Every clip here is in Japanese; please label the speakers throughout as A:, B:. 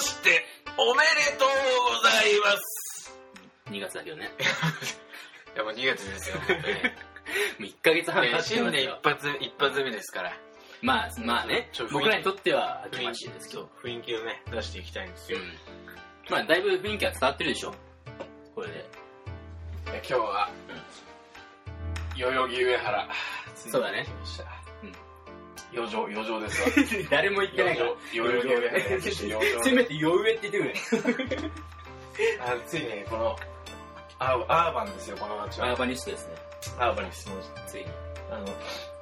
A: しておめでとうございます
B: 2月だけ どね。
A: いやもう2月 ですよ
B: もう1ヶ月半
A: え
B: 経
A: ー
B: ってま
A: 新
B: す
A: 年
B: よ
A: 一。発一発目ですから
B: まあ、まあね
A: ちょっ。と
B: 僕らにとっては明け
A: 雰
B: ま
A: 囲
B: し
A: 気
B: て
A: で
B: で
A: け
B: すすけど。
A: ど雰囲気をね出していきたいんです
B: う
A: よ、
B: ん。まあ、だいぶ雰囲気は伝わってるでしょ。これで。
A: いや今日は、代々木上原
B: そうだね
A: 来ました
B: うん
A: 余剰余剰 ですわ
B: 誰も言ってな
A: 余
B: いから
A: 剰。代々木上原そして余 剰
B: せめて余上って言って くれ。
A: あついにねこのアーアーバンですよこの街
B: ア
A: は
B: ーバニストですね。
A: アーバンに質問して
B: ついに。
A: あの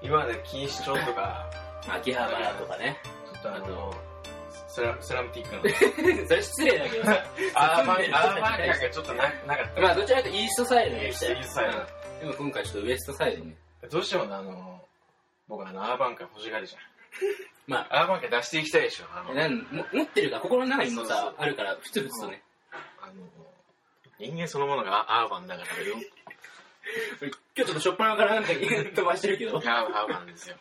A: 今まで錦糸町とか
B: 秋葉原とかね。
A: ちょっとあ
B: あ
A: の
B: と
A: スラスラムティックの
B: それ失礼だけどさ。
A: アーバンアーバン感がちょっとななかった
B: まあ、どちらかというとイーストサイドに
A: イー
B: し
A: ス
B: た
A: トイ
B: よ
A: ーストサイ
B: うんでも今回ちょっとウエストサイドに。
A: ドどうしてもねあの僕あのアーバン感欲しがるじゃん
B: まあ、
A: アーバン感出していきたいでしょあの
B: なんも持ってるから、心の中にも
A: そうそう
B: さ、あるから、ふつふつとね。
A: あの人間そのものがアアーバンだからよ。
B: 今日ちょっとしょっぱなからなんか飛ばしてるけど。
A: アーバン ですよ。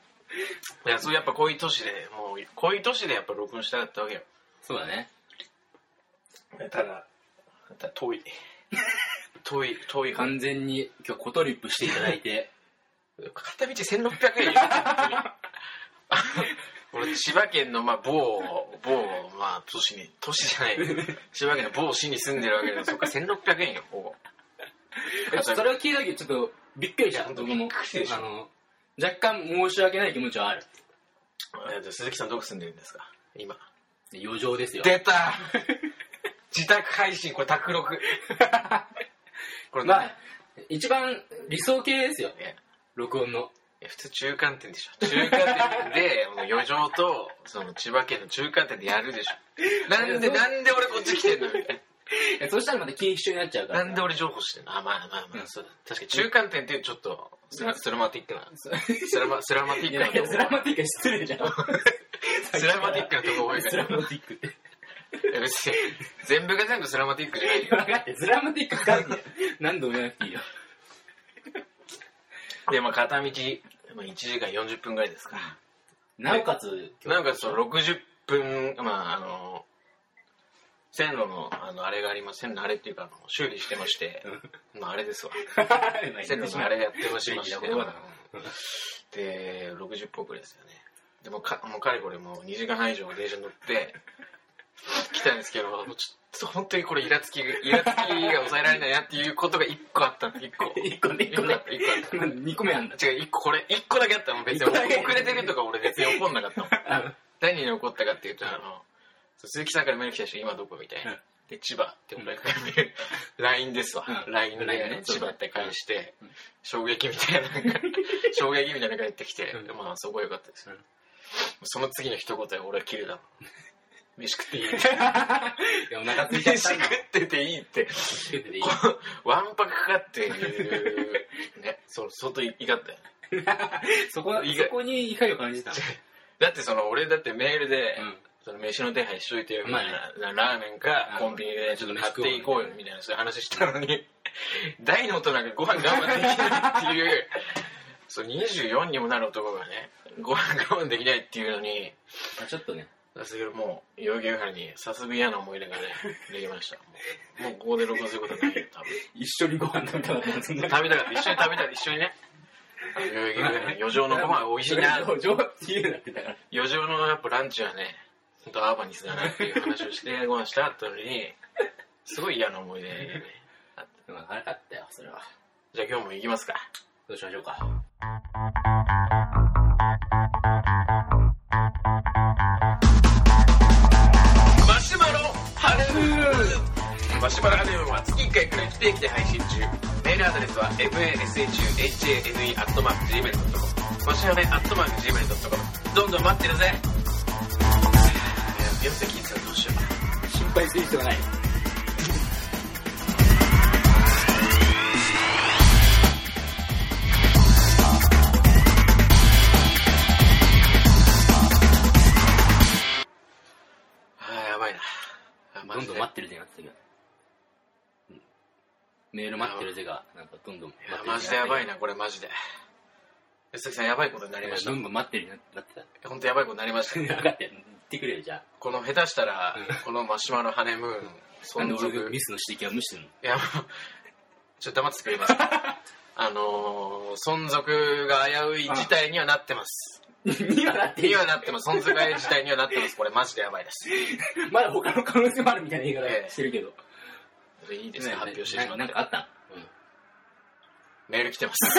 A: いや、そうやっぱこういう都市で、もう、こういう都市でやっぱ録音したかったわけよ。
B: そうだね。
A: ただ、ただ遠 い。遠い、遠い感
B: 完全に今日コトリップしていただい て、
A: じ。片道1600円 よ。俺、千葉県の、まあ、某、某、まあ、都市に、都市じゃない、千葉県の某市に住んでるわけで、そっか、1600円よ、ほぼ。
B: えそれを聞いた時ちょっとびっくりした。
A: 本当
B: 僕も
A: びっくりでしょ
B: あの、若干申し訳ない気持ちはある。
A: えっと鈴木さんどこ住んでるんですか今。
B: 余剰ですよ。
A: 出た自宅配信これ宅録これ
B: まあ、一番理想形ですよ。
A: ね
B: 録音の。
A: 普通中間点でしょ中間点で もう余剰とその千葉県の中間点でやるで しょなんでなんで俺こっち来てんのみたい
B: いやそしたらまた禁止症になっちゃうか
A: なな
B: ら。
A: んで俺情報してんのあまあまあまあ、
B: うん
A: そうだ確かに中間点ってちょっとスラスラマティックなスラマスラマティ
B: い
A: ックな
B: や、
A: と
B: だけ
A: こ
B: どスラマティックは失礼じゃ ん。
A: スラマティックなとこ多いか
B: ス
A: ら
B: ラマティック って。
A: いや別に全部が全部スラマティックじゃないよ
B: 分かって、スラマティックかんね何度も言わなくていいよ。
A: でまあ片道、まあ、1時間40分ぐらいですか
B: なおかつ、
A: なんかその60分、まあ、あの、線路の、あの、あれがあります。線路のあれっていうか、あの修理してまして、まあ、あれですわ。 線路のあれやってましまして、
B: うん
A: で、60分くらいですよね。でもか、もうかれこれもう2時間半以上電車に乗って、来たんですけど、もうちょっと本当にこれイラつき、イラつきが抑えられないなっていうことが1個あったの、1個。
B: 一個ね、一
A: 1
B: 個
A: 個あ
B: ね
A: っ。た、1個あった。
B: まあ二個目あ んだ。
A: 違う、1個これ、1個だけあったの。別に
B: 一個だけ
A: 遅れてるとか俺別に怒んなかったもん。
B: あの
A: 何に怒ったかっていうと、あの、鈴木さんからメール来た人、今どこみたいな。
B: うん
A: で、千葉って俺がメール、LINE ですわ。
B: うん
A: LINE で、
B: LINE ね
A: 千葉って返して
B: うん、
A: 衝撃みたいな、なんか衝撃みたいなのが返ってきて
B: う、ん
A: まあ、そこは良かったですよ
B: うん。
A: その次の一言で俺は切れ たの。飯食っていいって。
B: いやお腹空いちゃっ
A: 飯
B: たん
A: 食
B: だ。
A: ってていいって。
B: つけてていい
A: こうわんぱくかかってる、 ね、そう、相当怒ったよね。
B: そこ、
A: 意外
B: そこに怒りを感 じたの。
A: だってその、俺だってメールで、
B: うん
A: その飯の手配しといてよみ
B: ま
A: た
B: あ
A: い
B: ね
A: な、ラーメンか
B: うん
A: コンビニでちょっと買っていこうよみたいなそういう話したのに 大の大人がご飯我慢できないって いうそう24にもなる男がねご飯我慢できないっていうのに
B: まあちょっとね、
A: それもう代々木上原にさすが嫌な思い 出がねできましたもうもうここで録音することはないよ多分
B: 一緒にご飯食べたかったんです
A: 食べたかった一緒に食べたら一緒にねあの代々木上原の余剰のご飯美味しいな
B: 上っていうなってたから。
A: 余剰のやっぱランチはね本当アーバニスだなっていう話を してご飯した後にすごい嫌な思い出、ね、
B: まあ悪かったよ、それは。
A: じゃあ今日も行きますか
B: どうしましょうか。
A: マシュマロハネムーンマシュマロハネムーンは月1回くらい不定期で配信中メールアドレスは mashune.hane.gmail.com マシュハネ .gmail.com どんどん待ってるぜいや秒で聞いてたらどうしよう
B: 心配する必要ない。
A: あーやばいなあマ
B: どん
A: ジ
B: ど
A: で
B: ん待ってるぜになってたけど。うんメール待ってるぜが、なんかどんどん待
A: い
B: って
A: や
B: るぜ
A: マジでやばい
B: なっ
A: なこれマジで鈴木さんやばいことにな
B: て
A: り
B: た
A: ま
B: け
A: し
B: ど。
A: た
B: どんどん待ってるようになってた。
A: 本当やばいことになりました
B: 分かってる。ってくれよじゃ
A: この下手したら、このマシュマロハネムーン、
B: あなんで
A: 存
B: 俺が
A: 続。い
B: ミスの指摘は無視してんの
A: や、もうちょっと黙って作 ります。あのー、存続が危うい事態にはなってます。
C: にはなってい
A: に
C: い
A: はなってます。存続が危うい事態にはなってます。これマジでやばいです。
C: まだ他の可能性もあるみたいな言い方してるけど。
A: いいですね、発表してしまっ
B: な
A: て
B: ん。かあった
A: メール来てます。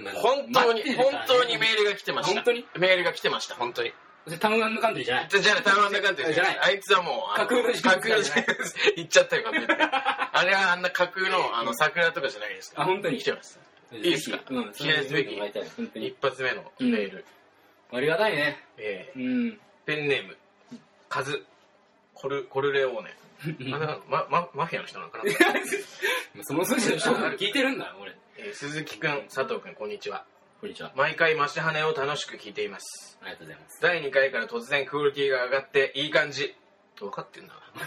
B: んなんか
A: 本当に、
B: 待ってる
A: 本
B: からね
A: 当にメールが来てました。
B: 本当に
A: メールが来てました、本当に。
B: それタウンカントリーじゃない
A: じゃあ、台湾だかんって
B: じゃない
A: あいつはもう、あの
C: 架空の人物
A: 架空の人物言っちゃったよ、完全にあれはあんな架空の、あの、桜とかじゃないですから。
C: あ本当に
A: 来てます。
B: い
A: いですか
C: うん、
A: 記念すべ
C: そういうの
A: き
C: もらいたい本当に
A: 一。発目のメール。
C: ありがたいね。
A: ええ
C: うん。
A: ペンネーム、カズ、コル、コルレオーネ。あの、ま、ま、マフィアの人なのかな
B: その筋の人が聞いてるんだ俺
A: えー鈴木くん、佐藤くん、こんにちは。
B: こんにちは
A: 毎回マシハネを楽しく聞いています。
B: ありがとうございます
A: 第2回から突然クオリティが上がっていい感じ分かってんだな
B: 分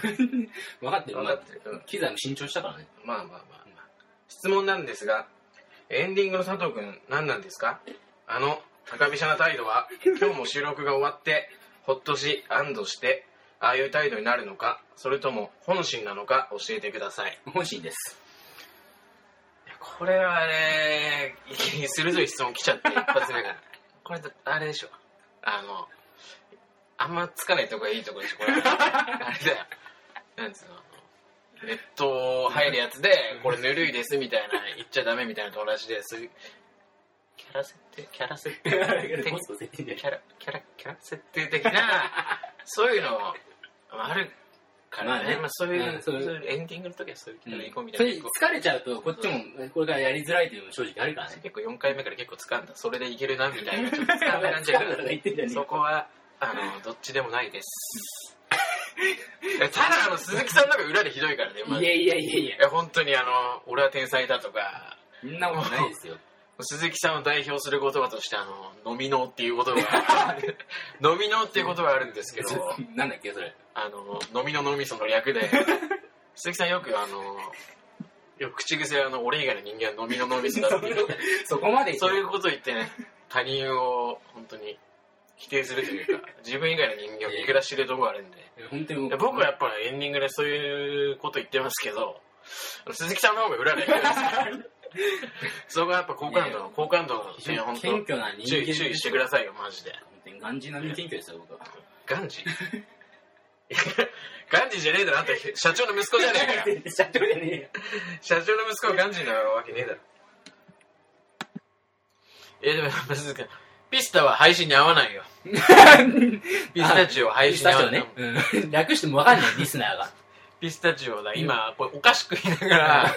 B: かってる
A: 分かってるうん
B: 機材も新調したからね
A: まあまあまあ、まあ、質問なんですがエンディングの佐藤君何なんですかあの高飛車な態度は今日も収録が終わってほっとし安堵してああいう態度になるのかそれとも本心なのか教えてくださいい
B: 本心 です
A: やこれはね鋭い質問来ちゃって一発目が これだあれでしょあのあんまつかないとこがいいとこでしょこ れあれだよなんつうのネット入るやつでこれぬるいですみたいな言っちゃダメみたいなと同じですキャラ設定キャラ設 定的
B: 本心絶対じゃ
A: キャラキャラキャラ設定的なそういうのもあるからね,、まあ
B: まあね
A: そういう,、
B: うん
A: そ
B: そうういう
A: いうエンディングの時はそういうキャラでいこうみた
B: そ
A: いな、
B: れ疲れちゃうとこっちもこれからやりづらいというのも正直あるからね
A: 結構4回目から結構掴んだそれでいけるなみたい なちょっと掴んだ感じが
B: だから言ってんじゃねえ
A: そこはあのどっちでもない ですいやただあの鈴木さんの方が裏でひどいからね、まあ、
B: いやいやいやいや
A: いや本当にあの俺は天才だとか
B: そんなことないですよ
A: 鈴木さんを代表する言葉としてあの飲みのっていう言葉 が飲みのっていう言葉があるんですけど
B: なんだっ けそれ
A: あの飲みの脳みその略で鈴木さんよくあのよく口癖であの俺以外の人間は飲みの脳みそだっていう
B: そこまで
A: そういうことを言って ね、他人を本当に否定するというか、 自分以外の人間を見下してるとこがあるんで。
B: 本当に
A: で僕はやっぱりエンディングでそういうこと言ってますけど、鈴木さんの方が裏で言 ってます から。そこはやっぱ好感度の、好感度の
B: 非
A: 点、
B: 常
A: 本
B: に
A: 当
B: 謙虚な人
A: 注
B: 間
A: 意、注意してくださいよ、マジで。
B: 本当にガンジー並みに謙虚ですよ僕は
A: ガンジ ガンジじゃねえだろ、あんた社長の息子じゃねえ かよ。
B: 社長じゃねえよ
A: 社長の息子はガンジーなわけねえだろ。え、でも、鈴木さんピスタは配信に合わないよ。ピスタチオ配
B: ピス
A: 信に
B: タ
A: 合わ
B: チオ
A: ない。
B: ね、うん、略してもわかんないリスナーが
A: ピスタチオだ、今、これおかしく言いなが ら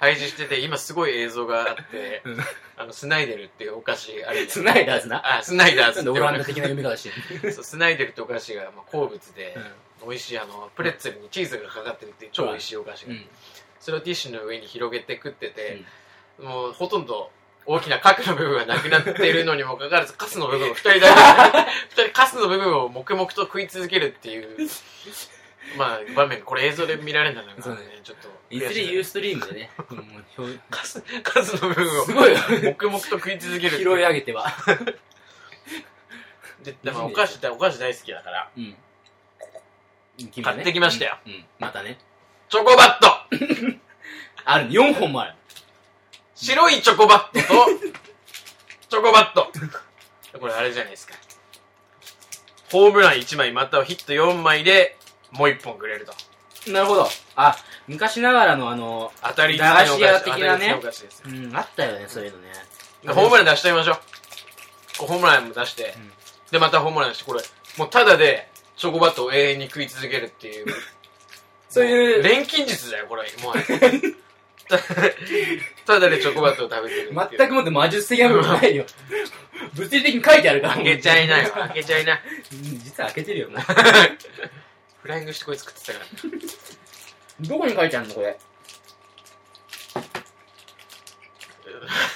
A: 配信してて、今すごい映像があって、
B: うん
A: あの、スナイデルっていうお菓子、あれ、
B: スナイダーズな
A: あ、スナイダーズ
B: な
A: っ
B: ん
A: て
B: で
A: お
B: オランダ
A: 菓
B: 的な読み方して
A: 子、そうスナイデルってお菓子がまあ好物で
B: る、
A: 美味しい、あの、プレッツェルにチーズがかかってるっていう超美味しいお菓子
B: う
A: が、
B: ん、
A: それをティッシュの上に広げて食ってて、もうほとんど大きな核の部分がなくなっているのにもかか わらず、カスの部分を二人だけ、二人カスの部分を黙々と食い続けるっていう、まあ場面、これ映像で見られたの
B: そう
A: が、ね
B: ね、
A: ちょっと
B: い
A: 悔
B: ずれ
A: し
B: ユ
A: い。
B: ーストリームでね、もう表
A: カス、カスの部分を
B: すごいよ
A: 黙々と食い続けるって
B: 拾
A: い。
B: いう上げては。
A: で、でもお菓子だ、お菓子大好きだから、
B: うん。
A: 買ってきましたよ
B: うん。うんまたね。
A: チョコバット
B: ある、4本もある。
A: 白いチョコバット と、チョコバットこれあれじゃないですか。ホームラン1枚、またはヒット4枚で、もう1本くれると。
B: なるほど。あ、昔ながらのあの、
A: 当たり
B: 駄菓子屋的
A: 当たり
B: なね
A: 強いお菓子ですよ
B: うん、あったよね、そういうのね。
A: ホームラン出してみましょう。こうホームランも出して、
B: うん
A: で、またホームラン出して、これ、もうただで、チョコバットを永遠に食い続けるっていう。
B: そういう、
A: 錬金術だよ、これ。 もう。たただでチョコバットを食べてるっていう。
B: 全くもって魔術的な部分ないよ。 物理的に書いてあるから。
A: 開けちゃいなよ、
B: うん
A: 開けちゃいな。
B: 実は開けてるよな。
A: フライングしてこいつ食ってたから。
B: どこに書いてあるの、これ。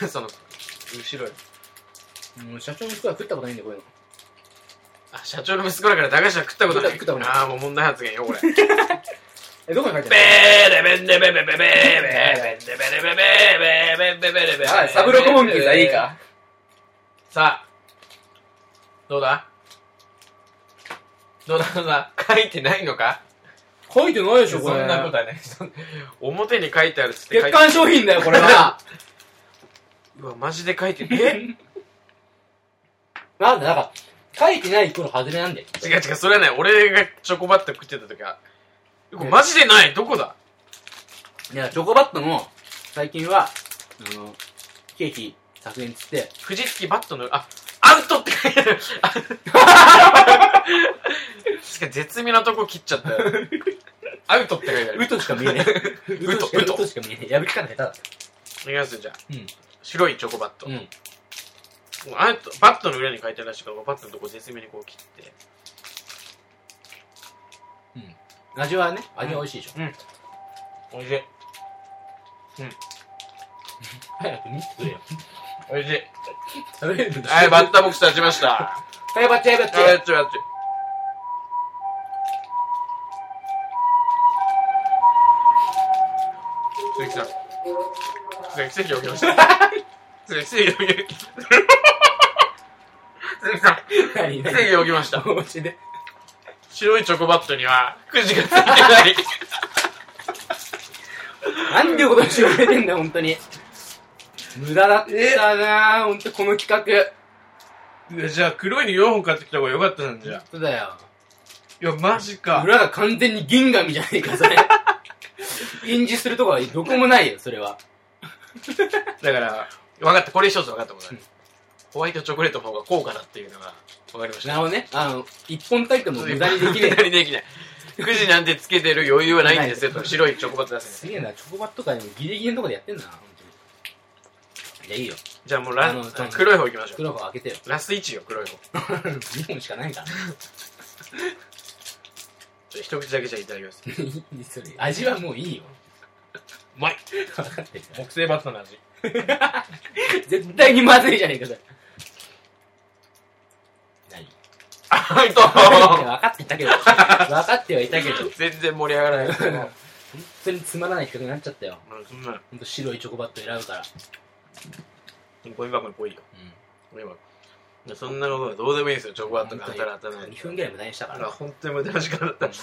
A: その、後ろに。
B: うん、社長の人は食ったことないんだよ、こういうの。
A: あ、社長の息子だから駄菓子は食ったことない。
B: 食ったことない
A: ああ、もう問題発言よ、これ。
B: え、どこに書いて
A: ベ
B: あ
A: ーレベンデベベベベーベンデベレベベーベーベンデベレベ
B: るのあ、サブロコモンキーズはいいか。
A: さあどうだどうだどうだ書いてないのか
D: 書いてないでし
A: そ
D: ょ、これ。
A: んなことはないそん表に書いてあるっつって書
D: 欠
A: いて
D: 陥商品だよ、これは。
A: うわマジで書いてえ
B: なんだ、なんか、書いてないイコール外れなんだよ。
A: 違う違うそれはね俺がチョコバット食ってた時はこれマジでないどこだ
B: いや、チョコバットも、最近は、あの、ケーキ削減っつって、
A: 藤月バットのあアウトって書いてあるあ確かに絶妙なとこ切っちゃったよアウトって書いてあ
B: ウ
A: る
B: トしか見えねえ。
A: ウト
B: しか
A: ウト
B: ウトしか見えねえ。破き方下手だ。
A: お願いしますじゃあ、
B: うん
A: 白いチョコバット、
B: うん。
A: アウトバットの裏に書いてあるらしいからバットのとこ絶妙にこう切って
B: 味はね、味は美味しいでしょ。
A: おいしい
B: 早く見せてくれよ。
A: おいしい
B: 食べれるんだ
A: はいバッターボックス立ちました
B: はい、バッチャイバッチ
A: あ
B: ャ
A: や
B: イ
A: っちゃうやっちゃう鈴木さん鈴木奇跡起きました鈴木奇跡起きました鈴木さん
B: 何何
A: 奇跡起きました
B: おしで。
A: 白いチョコバットにはくじがついてない
B: なんてことしてくれてんだよ、本当に。無駄だったなぁ、本当この企画。
A: いや じゃあ黒いの4本買ってきた方が良かったんじゃん
B: そうだよ。
A: いやマジか
B: 裏が完全に銀紙じゃねえか、それ。印字するとこはどこもないよ、それは。
A: だから分かったこれ一つ分かったことある、ホワイトチョコレートの方が高価だっていうのが分かりました
B: なるほどね。あの、一本たりとも無駄にできね
A: 無駄にできない。くじなんてつけてる余裕はないんですよと、白いチョコバット出
B: え。
A: す
B: す
A: ね。
B: げえな、チョコバットとかでもギリギリのとこでやってんだな、本当に。いや、いいよ。
A: じゃあもうラ
B: あのそう
A: 黒い方行きましょう。
B: 袋箱開 けてよ。
A: ラス1よ、黒い方。
B: 2本しかないから。
A: ちょっと一口だけじゃいただきます。
B: いいそれ味はもういいよ。
A: うまい
B: 分かってるか
A: 木製バットの味。
B: ら 絶対にまずいじゃねえか、それ。 何
A: あ、はい
B: 分
A: と
B: かってたけ ど、分かってはいたけど、本
A: 全然盛り上がらないですけど。うん
B: 当につまらない企画になっちゃったよ。
A: そんな、
B: ほんと白いチョコバット選ぶから。
A: ゴミ箱に来いよ。ゴミ箱。いやそんなことはどうでもいいですよ、チョコバットが働かない
B: 2分
A: で。
B: ぐらい無駄にしたから。
A: あ
B: 本
A: 本当に無駄な時間だった。
B: 当に。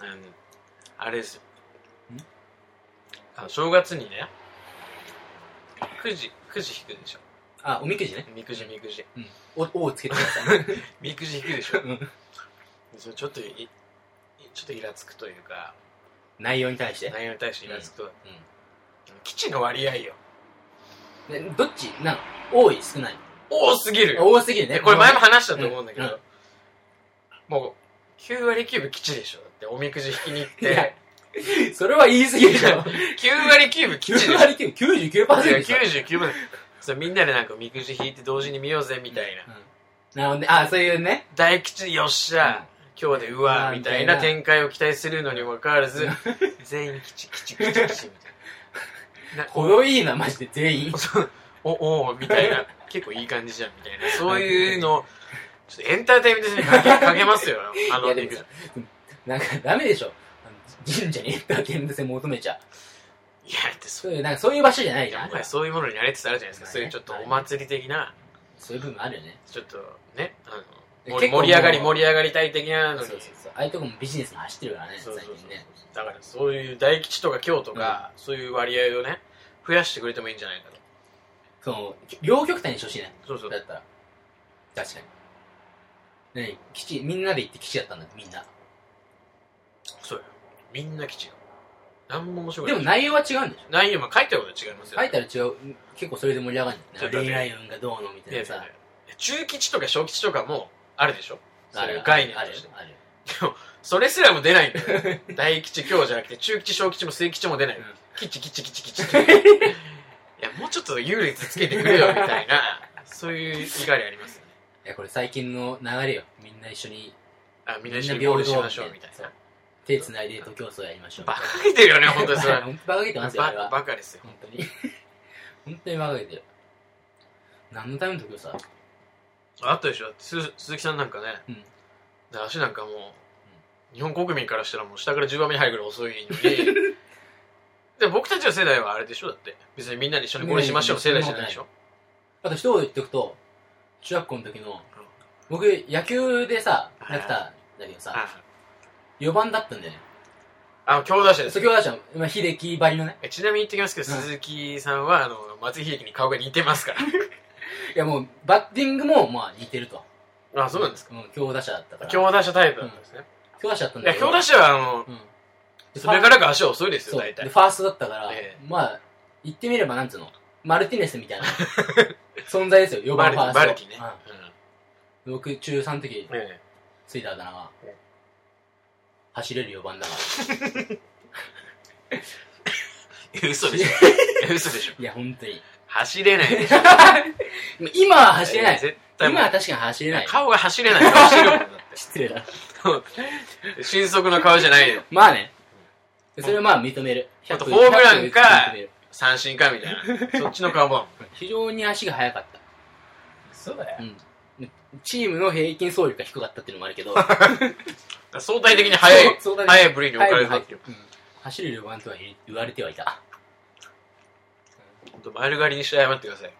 A: あのねあれですよ
B: ん。
A: あの正月にね、くじ、くじ引くでしょ。
B: あ、おみくじね。
A: みくじみくじ。
B: お、おをつけてください。
A: みくじ引くでしょ
B: うん
A: それちょっといいちょっとイラつくというか
B: 内容に対して。
A: 内容に対してイラつくと、基地の割合よ
B: ねどっちなの多い少ない
A: 多すぎるよ
B: 多すぎるね。
A: えこれ前も話したと思うんだけど、
B: うんうん
A: もう9割9分基地でしょだっておみくじ引きに行っ
B: いや
A: て
B: それは言い過ぎでし
A: 9
B: ょ。
A: 割9分基地でしょ
B: 9割9、99%でしょ。
A: 99分そうみんなでなんかみくじ引いて同時に見ようぜみたいな、
B: うんなるほどね。あ、そういうね。
A: 大吉よっしゃ、今日でうわ
B: うわ
A: みたい
B: み
A: な
B: たいな
A: 展開を期待するのにもかかわらず全員基地基地基地基地みたいなな
B: ほどいいな、マジで全員。
A: そうおおーみたいな結構いい感じじゃんみたいなそういうのちょっとエンターテインメントにかけか けますよあ
B: い
A: の
B: やでもさ、なんかダメでしょ。あの神社にエンターテインメント性求めちゃ。
A: いやだってそ
B: そういう、なんかそういう場所じゃない
A: い
B: じゃ
A: や
B: ん
A: も。はやそういうものに慣れてたらじゃないですか、
B: まあね
A: そういうちょっとお祭り的な
B: そういう部分あるよね。
A: ちょっとねあの
B: 結構
A: 盛り上がり
B: もう
A: 盛り上がりたい的な
B: そう
A: のに
B: そうそう。ああいうとこもビジネスも走ってるからね、
A: そうそう
B: 最
A: そう
B: 近ね。
A: だからそういう大吉とか京とか、そういう割合をね増やしてくれてもいいんじゃないかと
B: その、両極端にしてほしいね。
A: そうそう
B: だったら。確かに。ね基地、みんなで行って基地だったんだみんな。
A: そうよみんな吉よ何も面白く
B: で
A: ない
B: も内容は違うんでしょ
A: 内容も書いてあることは違いますよ
B: 書いたら違う、結構それで盛り上がるんだよ
A: ちょっと
B: ね。
A: ね
B: 恋愛運がどうのみた
A: いや
B: いない
A: やい
B: さ
A: や。中吉とか小吉とかもあるでしょそう
B: あ
A: いう
B: る
A: 概念
B: ある
A: として
B: ある。
A: それすらも出ないんだ よ大吉今日じゃなくて中吉小吉も末吉も出ない、
B: うん
A: キチキチキチキチいやもうちょっと優劣つけてくれよみたい なそういう怒りありますよね
B: いや、これ最近の流れよ。みんな一緒に
A: あみんな一緒にゴールしましょうみたいな
B: 手つないで徒競走やりましょう。
A: バカげてるよね本当に それ
B: ババカげてますよ、あれ
A: バ
B: は。
A: バカですよ
B: 本当に。 本当にバカげてる。何のための徒競走
A: あったでしょだって鈴鈴木さんなんかね、
B: うん
A: で足なんかもう、日本国民からしたらもう下から10番目に入るぐらい遅いの にで僕たちの世代はあれでしょだって別にみんなで一緒にこれしましょう
B: ね
A: 世代じゃないでしょ
B: あと一言言っておくと、中学校の時の僕、野球でさ、
A: はい
B: やってたんだけどさ、
A: あ
B: 4番だったんだよね。
A: あ、強打者です
B: 先。ほどじゃん、今、秀樹ばりのね。
A: えちなみに言ってきますけど、
B: うん
A: 鈴木さんは、あの、松井秀喜に顔が似てますか
B: いや、もう、バッティングも、まあ、似てると。
A: ら。あ、そうなんですか。
B: うん、強打者だったから。
A: 強打者タイプなんですね。
B: 強打者だったん
A: い
B: だ
A: や、
B: けど。
A: 強打者は、あの、
B: うん。で
A: それからが足は遅いです
B: そ
A: よ、
B: う。
A: 大
B: で、
A: 体。
B: ファーストだったから、
A: え
B: まあ、言ってみれば、なんつうの、マルティネスみたいな 存在ですよ、4
A: バ
B: 番
A: ルティ、
B: ファースト。
A: バルティね。
B: うん僕、中3の時、
A: うんえ
B: ついたあだ名が
A: ええ、
B: 走れる4番だから。
A: え嘘でしょ。え 嘘でしょ。
B: いや、本当に。
A: 走れないでしょ。
B: 今は走れない。
A: 絶対も
B: 今
A: う
B: は確かに走れない。
A: 顔が走れない。顔してるもんだっ
B: 失礼だ。
A: て。俊足の顔じゃないよ。
B: まあね。それはまあ認める。
A: あと
B: 100
A: ホームランか
B: 100認める
A: 三振かみたいな。そっちの顔も。
B: 非常に足が速かっ
E: そうだよ
B: た。うん。チームの平均走力が低かったっていうのもある けど、
A: 相対的に速い、
B: そうだね
A: 速い部類に置かれたっていう。
B: うん走る4番とは言われてはいた。
A: ほんと丸刈りにして謝ってください。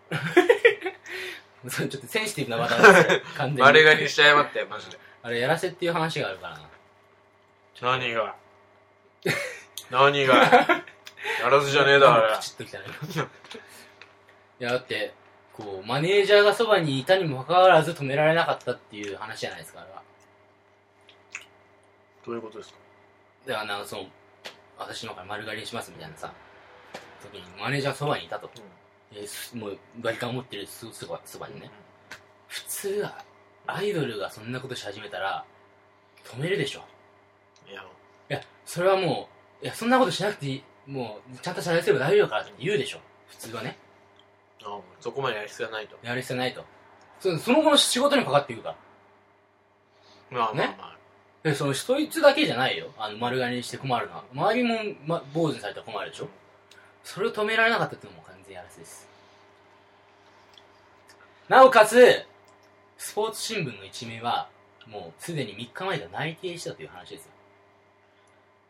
B: それちょっとセンシティブな技なん ですよ完全に。
A: 丸刈りにして謝って、マジで。
B: あれやらせっていう話があるからな。
A: 何が何がやらずじゃねえだ、あれ
B: カ。チッときたね。いや、だって、こう、マネージャーがそばにいたにもかかわらず止められなかったっていう話じゃないですか、あれは。
A: どういうことですか
B: で、あの、その、私の方から丸刈りにしますみたいなさ、時にマネージャーがそばにいたと。えすもう、外観を持ってるすそばそばにね。普通は、アイドルがそんなことし始めたら、止めるでしょ。
A: いや、も
B: いや、それはもう、いや、そんなことしなくていい。もう、ちゃんと謝罪すれば大丈夫だからって言うでしょ。普通はね。
A: うあそこまでやる必要はないと。
B: やる必要ないと。そその後の仕事にもかかっていくから。
A: まあまあまあ。
B: ねで、その、そいつだけじゃないよ。あの、丸刈りにして困るのは。周りも、ま、坊主にされたら困るでしょ。それを止められなかったっていうのも完全にやらせです。なおかつ、スポーツ新聞の一面は、もうすでに3日前から内定したという話ですよ。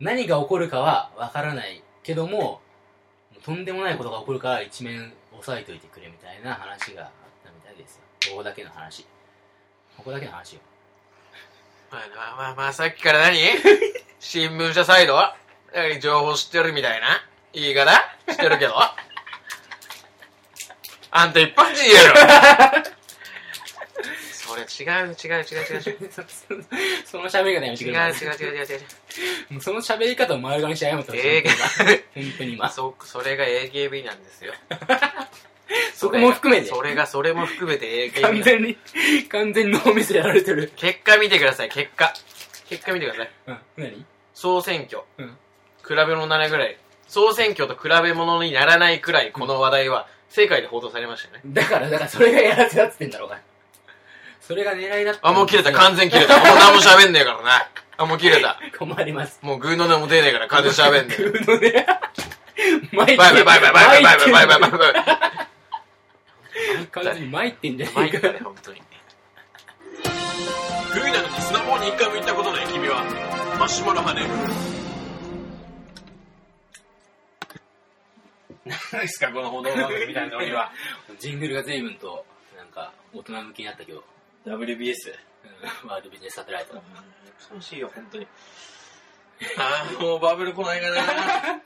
B: 何が起こるかはわからないけども、もうとんでもないことが起こるから一面押さえといてくれみたいな話があったみたいですよ。ここだけの話。ここだけの話よ。
A: まあまあまあまあ、さっきから 何新聞社サイドは何情報知ってるみたいな言い方知ってる けど。あんた一般人 やろ。それ違う違う違う違う違う。
B: その喋り方やめて
A: 違
B: く
A: う違う
B: れま
A: 違う違う違う。
B: もうその喋り方を丸顔にして謝ってほしい。
A: ええ
B: 本当に今。
A: そ、それが AKB なんですよ。
B: そこも含めて
A: それが、それも含めて AKB なん
B: 完
A: です
B: 全に、完全に脳みそやられてる。
A: 結果見てください、結果。結果見てください。
B: うん。何
A: 総選挙。
B: うん。
A: 比べ物にならないぐらい。総選挙と比べ物にならないくらい、この話題は、世界で報道されましたね。
B: だから、だからそれがやらせだっつってんだろ、お前。それが狙いだった。
A: あ、もう切れた、完全切れた。もう何も喋んねえからな。あ、もう切れ た。
B: 困ります。
A: もうグーの音も出ねえから、完全喋ん ね
B: グーのね、マイ
A: え。バイバイバイバイバイバイバイバイバイバイバイバイ。
B: 完全にマイってんじゃ
A: マ
B: ね
A: イ
B: え
A: ク
B: か
A: だね、。本当に。グーなのにスノボに一回も行ったことない君は、マシュマロ跳ね何ですか、この報道番組みたいな俺は。
B: ジングルが随分と、なんか、大人向きになったけど、
E: WBS
B: うんワールドビジネスサテライト。
A: 楽しいよ、本当に。ああ、もうバブル来ないかな。
B: も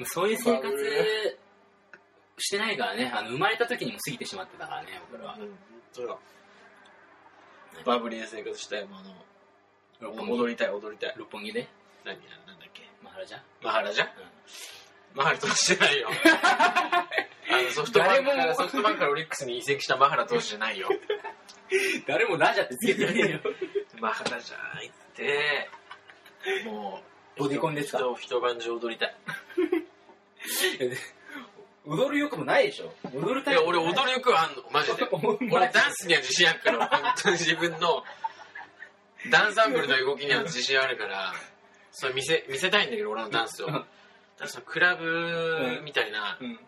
B: うそういう生活してないからね、あの、生まれた時にも過ぎてしまってたからね、僕らは。
A: バブリーで生活したいもの。踊りたい、踊りたい。
B: 六本木で、
A: 何や、なんだっけ。
B: マハ ラじゃん。
A: マハラじゃんマハラ投手じゃ ないよ。あのソフトバンクから、ソフトバンクからオリックスに移籍したマハラ投手じゃないよ。
B: 誰もラジャってつけてねえよ。
A: マハラじゃないって、もう、
B: ボディコンですか
A: 人一晩中踊りたい。
B: 踊る欲もないでしょ踊る
A: い
B: タイ
A: や、
B: プ
A: 俺踊る欲はあんの、マジ で。俺ダンスには自信あるから、本当に自分の、ダンサンブルの動きには自信あるから、それ見せ、見せたいんだけど、俺のダンスを。
B: う
A: た
B: ん
A: だそのクラブみたいな、
B: うん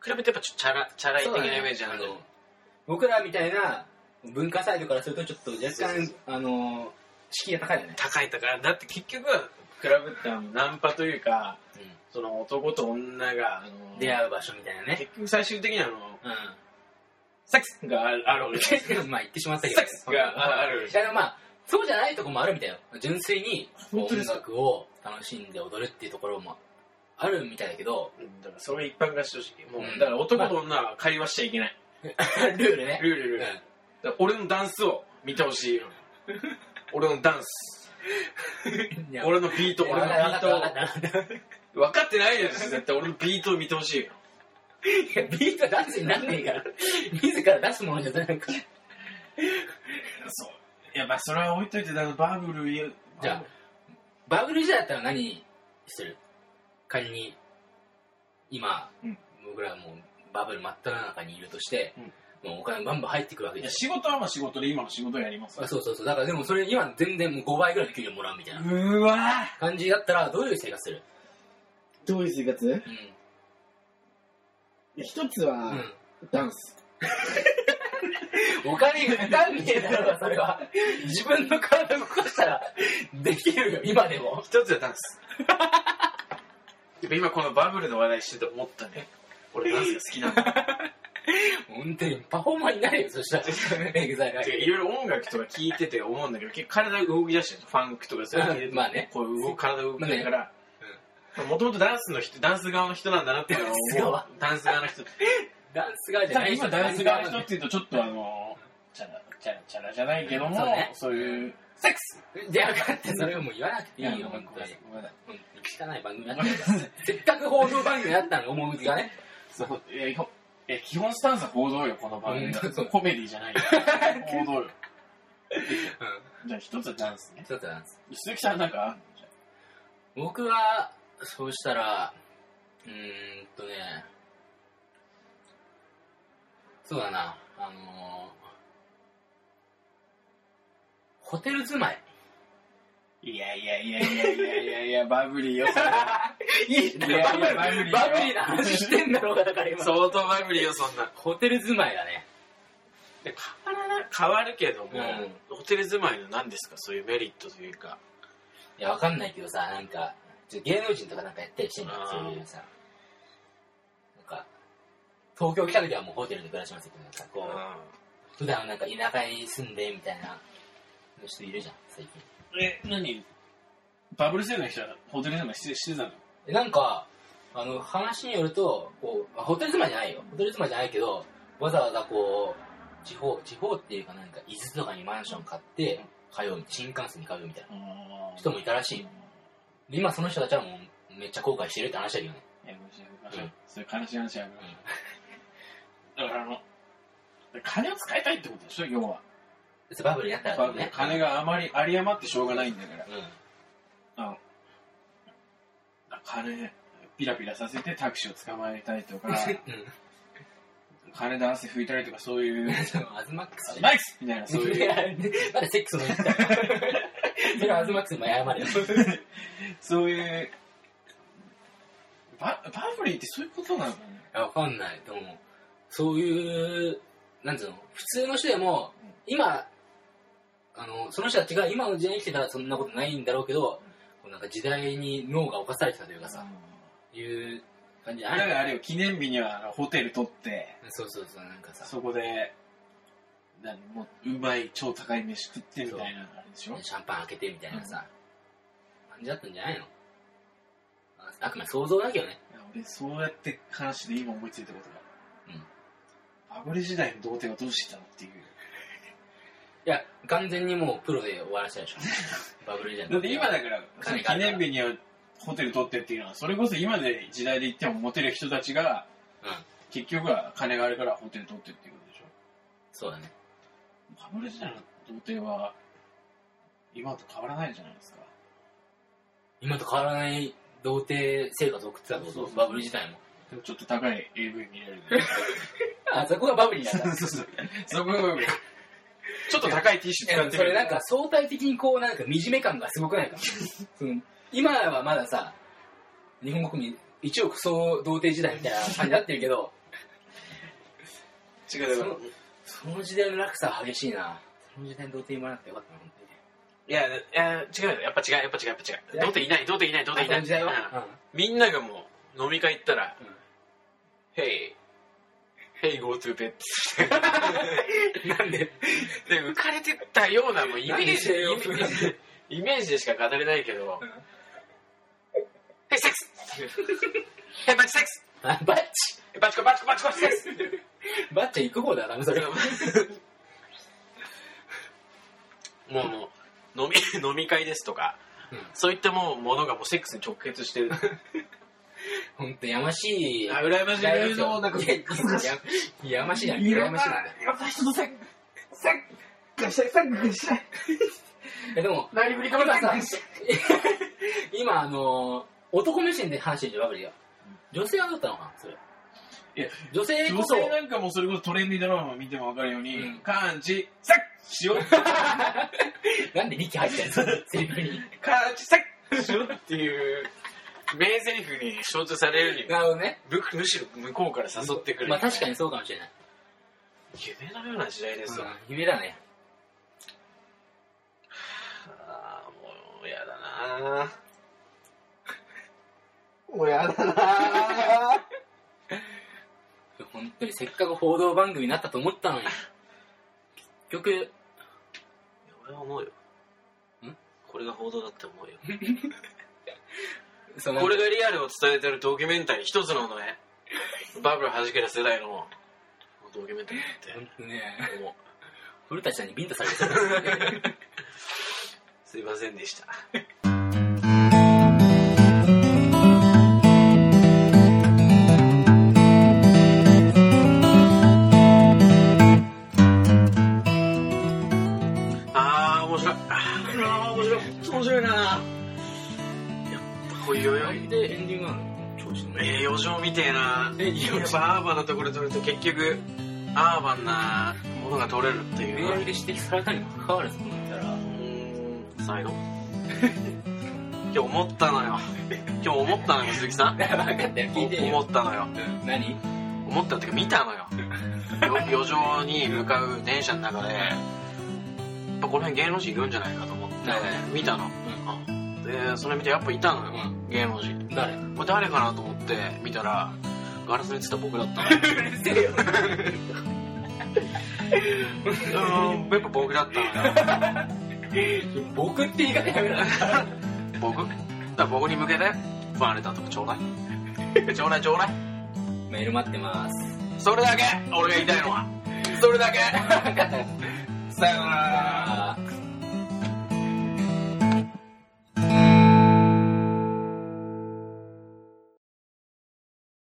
A: クラブってやっぱちょっとチャラ、チャラい的なイメージあるの。
B: 僕らみたいな文化サイドからするとちょっと若干
A: そうそうそ
B: あのー敷居が高いよね、
A: 高い高い。だって結局は、クラブってあのナンパというか、その男と女が、あの
B: 出会う場所みたいなね
A: 結局最終的にはあの、
B: うん
A: セックス
E: があるあるわ けですよ
B: まあ言ってしまったけ
A: セ
B: ど
A: ックスがあるある
B: いやでもまあそうじゃないとこもあるみたいな純粋に
E: 本当で
B: 音
E: すか
B: 楽を楽しんで踊るっていうところもあるみたいだけど
A: だからそれ一般化してほしいもう、
B: うん
A: だから男と女は会話しちゃいけない
B: ルールね
A: ルールルール、だから俺のダンスを見てほしい よ俺のダンス
B: うんいや
A: 俺のビート俺のビ
B: わか
A: ー
B: った
A: ト
B: わかったわかった
A: 分かってないです絶対俺のビートを見てほしいよ
B: いやビートダンスになんねえから 自ら出すものじゃないから
A: そうやっぱそれは置いといてだからバブル言う
B: じゃあバブル時代だったら何してる仮に今、
A: うん
B: 僕らもうバブル真っ只中にいるとして、もうお金バンバン入ってくるわけ
A: い
B: じゃ
A: や
B: ん
A: 仕事はまあ仕事で今の仕事をやります
B: あそうそうそうだからでもそれ今全然もう5倍ぐらいの給料もらうみたいな
A: うわー
B: 感じだったらどういう生活する
E: どういう生活
B: うん
E: 一つは、ダンス。
B: お金がかかんねえだろ、それは。自分の体動かしたら、できるよ、今でも。
A: 一つはダンス やっぱ今このバブルの話題してて思ったね俺ダンスが好き なんだ
B: 本当にパフォーマーになれよ、そしたら。エグザイル
A: っていろいろ音楽とか聞いてて思うんだけど結構体が動き出してるファンクとかそういうの聞いてて
B: まあね
A: こう動く体が動き出るからもともとダンスの人ダンス側の人なんだなっていうのを思うダンス側の 人
B: ダンスがじゃ
A: た
B: な
A: だ
B: い
A: 今ダンス側の人っていうとちょっとあのチャラチャラチャラじゃないけども
B: そうね
A: そういう
B: セックスじゃなかった、それはもう言わなくていいよ、
A: ご
B: 本
A: めん
B: 当
A: な
B: に
A: さい。ごめんなさい
B: 本当に汚い番組だったから。 せっかく報道番組だったの、趣がね。
A: そうえーほえー基本スタンスは報道よこの番組
B: うんそう
A: コメディじゃ ないよ報道よじゃあ一つはダンスね
B: ちょっとダンス。
A: 鈴木さんなんか
B: 僕は、そうしたら、うーんとね、そうだな、あのーホテル住まい。
A: いやいやいやいやいやいやいやバブリーよそれ
B: い い
A: いやいやバブリー
B: バブリーな話してんだろうが、だから今。
A: 相当バブリーよそんな
B: ホテル住まいだね。
A: で変わらな変わるけども、
B: う
A: ホテル住まいの何ですかそういうメリットというか
B: いや、わかんないけどさ、なんか、ちょっと芸能人とかなんかやったりしてんの
A: あー
B: そういうさ、なんか、東京来た時はもうホテルで暮らしますけど、なんかこう、普段なんか田舎に住んでみたいな人いるじゃん最近
A: え何バブル世代の人はホテル住まいしてしてたの
B: えなんかあの話によるとこう、まあホテル妻じゃないよホテル妻じゃないけどわざわざこう地方地方っていうかなんか伊豆とかにマンション買って通う新幹線に通うみたいな人もいたらしいで今その人たちはもうめっちゃ後悔してるって話だけどね
A: やめましょうやめまし
B: う
A: ょうんそれ悲しい話やめましょうだからあの金を使いたいってことでしょ要は
B: 別にバブルやったらね
A: 金があまり有り余ってしょうがないんだから
B: う
A: 金ピラピラさせてタクシーを捕まえたいとか
B: ん、うん、
A: 金で汗拭いたりとかそう いう
B: アズマックス
A: ナイスみたいなそう
B: い
A: いう
B: やまだセックスの言った それはアズマックスにも謝れよ
A: そういうババブリーってそういうことなのかね
B: いや、わかんない。でも、そういう、なんつうの、普通の人でも、今、あの、その人たちが今の時代に生きてたらそんなことないんだろうけど、こうなんか時代に脳が侵されてたというかさ、いう感じじ
A: だ
B: ゃ
A: か
B: ない
A: らあれよ記念日にはあのホテル取って
B: そうそうそう、なんかさ、
A: そこで何もううまい超高い飯食ってみたいなあれでしょ
B: シャンパン開けてみたいなさ、感じだったんじゃないのああくまで想像だけどね。
A: いや俺そうやって話で今思いついたことが
B: うん
A: バブル時代の童貞はどうしてたのっていう
B: いや、完全にもうプロで終わらせた でしょ。バブルじゃな
A: だって今だからその
B: 金が
A: 記
B: あるから
A: 念日にはホテル取ってっていうのはそれこそ今で時代で言ってもモテる人たちが
B: うん、
A: 結局は金があるからホテル取ってっていうことでしょ
B: そうだね。
A: バブル時代の童貞は今と変わらないじゃないですか
B: 今と変わらない童貞生活を送ってたってこと
A: そうそうそう
B: バブル時代も。
A: でもちょっと高い AV 見れるね
B: あ、そこがバブリーだっ
A: そ
B: た。
A: うそうそうそこがちょっと高い T シャツ買って
B: そ
A: み
B: れ
A: る
B: なんか相対的にこうなんか惨め感がすごくないかその今はまださ、日本国民一億総童貞時代みたいな感じになってるけど、
A: 違うだから
B: そその時代の落差は激しいな。その時代に童貞言わなくてよかったな、本
A: いや、いや違うよ。やっぱ違う、やっぱ違う、やっぱ違う。童貞いない、童貞いない、童
B: 当に。
A: 貞いない。
B: あの時代は、
A: うんみんながもう、飲み会行ったら
B: うん、
A: ヘイ、ヘはい、GoTo ペッツ。
B: なんで
A: で、浮かれてたような、もうイメージ、イ
E: 何
A: メージイメージでしか語れないけど。
E: うん
A: ヘイ セックスヘイバッチセックス
B: あバッチ
A: バッチコバッチコバッチコセックス
B: バッチは行く方だよ、多分それ。
A: もうもう飲み 飲み会ですとか、
B: うん
A: そういったもうものがもうセックスに直結してる
B: ほんと、やましい。
A: あ羨ましい
B: やや
A: もうなんか
B: いやややましいな、やましいな。
E: 私とセック、セックしたい、セックしたい。
B: えでも、
E: 何振りかぶ
B: 今
E: ら
B: さ
E: さ。、
B: 今、あのー、男目線で話してるばかりよ。女性はどうだったのかな、それ。
A: いや、
B: 女性こそ、
A: んかもうそれこそトレンディドラマ見ても分かるように
B: うん
A: 漢字セックス しよう
B: なんで力入ってんの セリフに。
A: 漢字セックスしようっていう名台詞に象徴されるよ
B: なるほどね。
A: うにむむしろ向こうから誘ってくる
B: まあ確かにそうかもしれない。
A: 夢のような時代ですよ、
B: うん夢だね。
A: ああもうやだなもうやだな
B: 本当にせっかく報道番組になったと思ったのに。結局、
A: 俺は思うよ
B: ん
A: これが報道だって思うよ
B: その、
A: これがリアルを伝えてるドキュメンタリー一つのねバブル弾けた世代 のドキュメンタリーだ
B: 本当ね、
A: って思う
B: 古田さんにビンタされてる。
A: すいませんでしたああ面白いああ面白い面白いなやっぱこういう代
B: な
A: 々木
B: んでエンディングなの調子の。
A: えー、余剰みてえな。
B: え余剰
A: やっぱアーバンなところで撮ると結局、アーバンなものが撮れるってい
B: メール
A: う。
B: で指摘されたにもかかわらず、こうなったら
A: う、ーん、最後。今日思ったのよ。今日思ったのよ、鈴木さん。
B: 分かったよ、聞いて
A: 思
B: よ。
A: ったのよ。
B: 何
A: 思ったっていうか見たのよ。よ余剰に向かう電車の中で、やっぱこの辺芸能人いるんじゃないかと思って
B: なるほどね、
A: 見たの。で、それ見てやっぱいたのよ、
B: う
A: 芸能人。
B: 誰
A: これ誰かなと思って見たら、ガラスに映った僕だった の。 うん、やっぱ僕だったのよ。
B: 僕って言い方やめろ。
A: 僕だから僕に向けて、ファンレターとかちょうだい。ちょうだいちょうだい。
B: メール待ってます。
A: それだけ俺が言いたいのは。それだけさようなら。
B: あー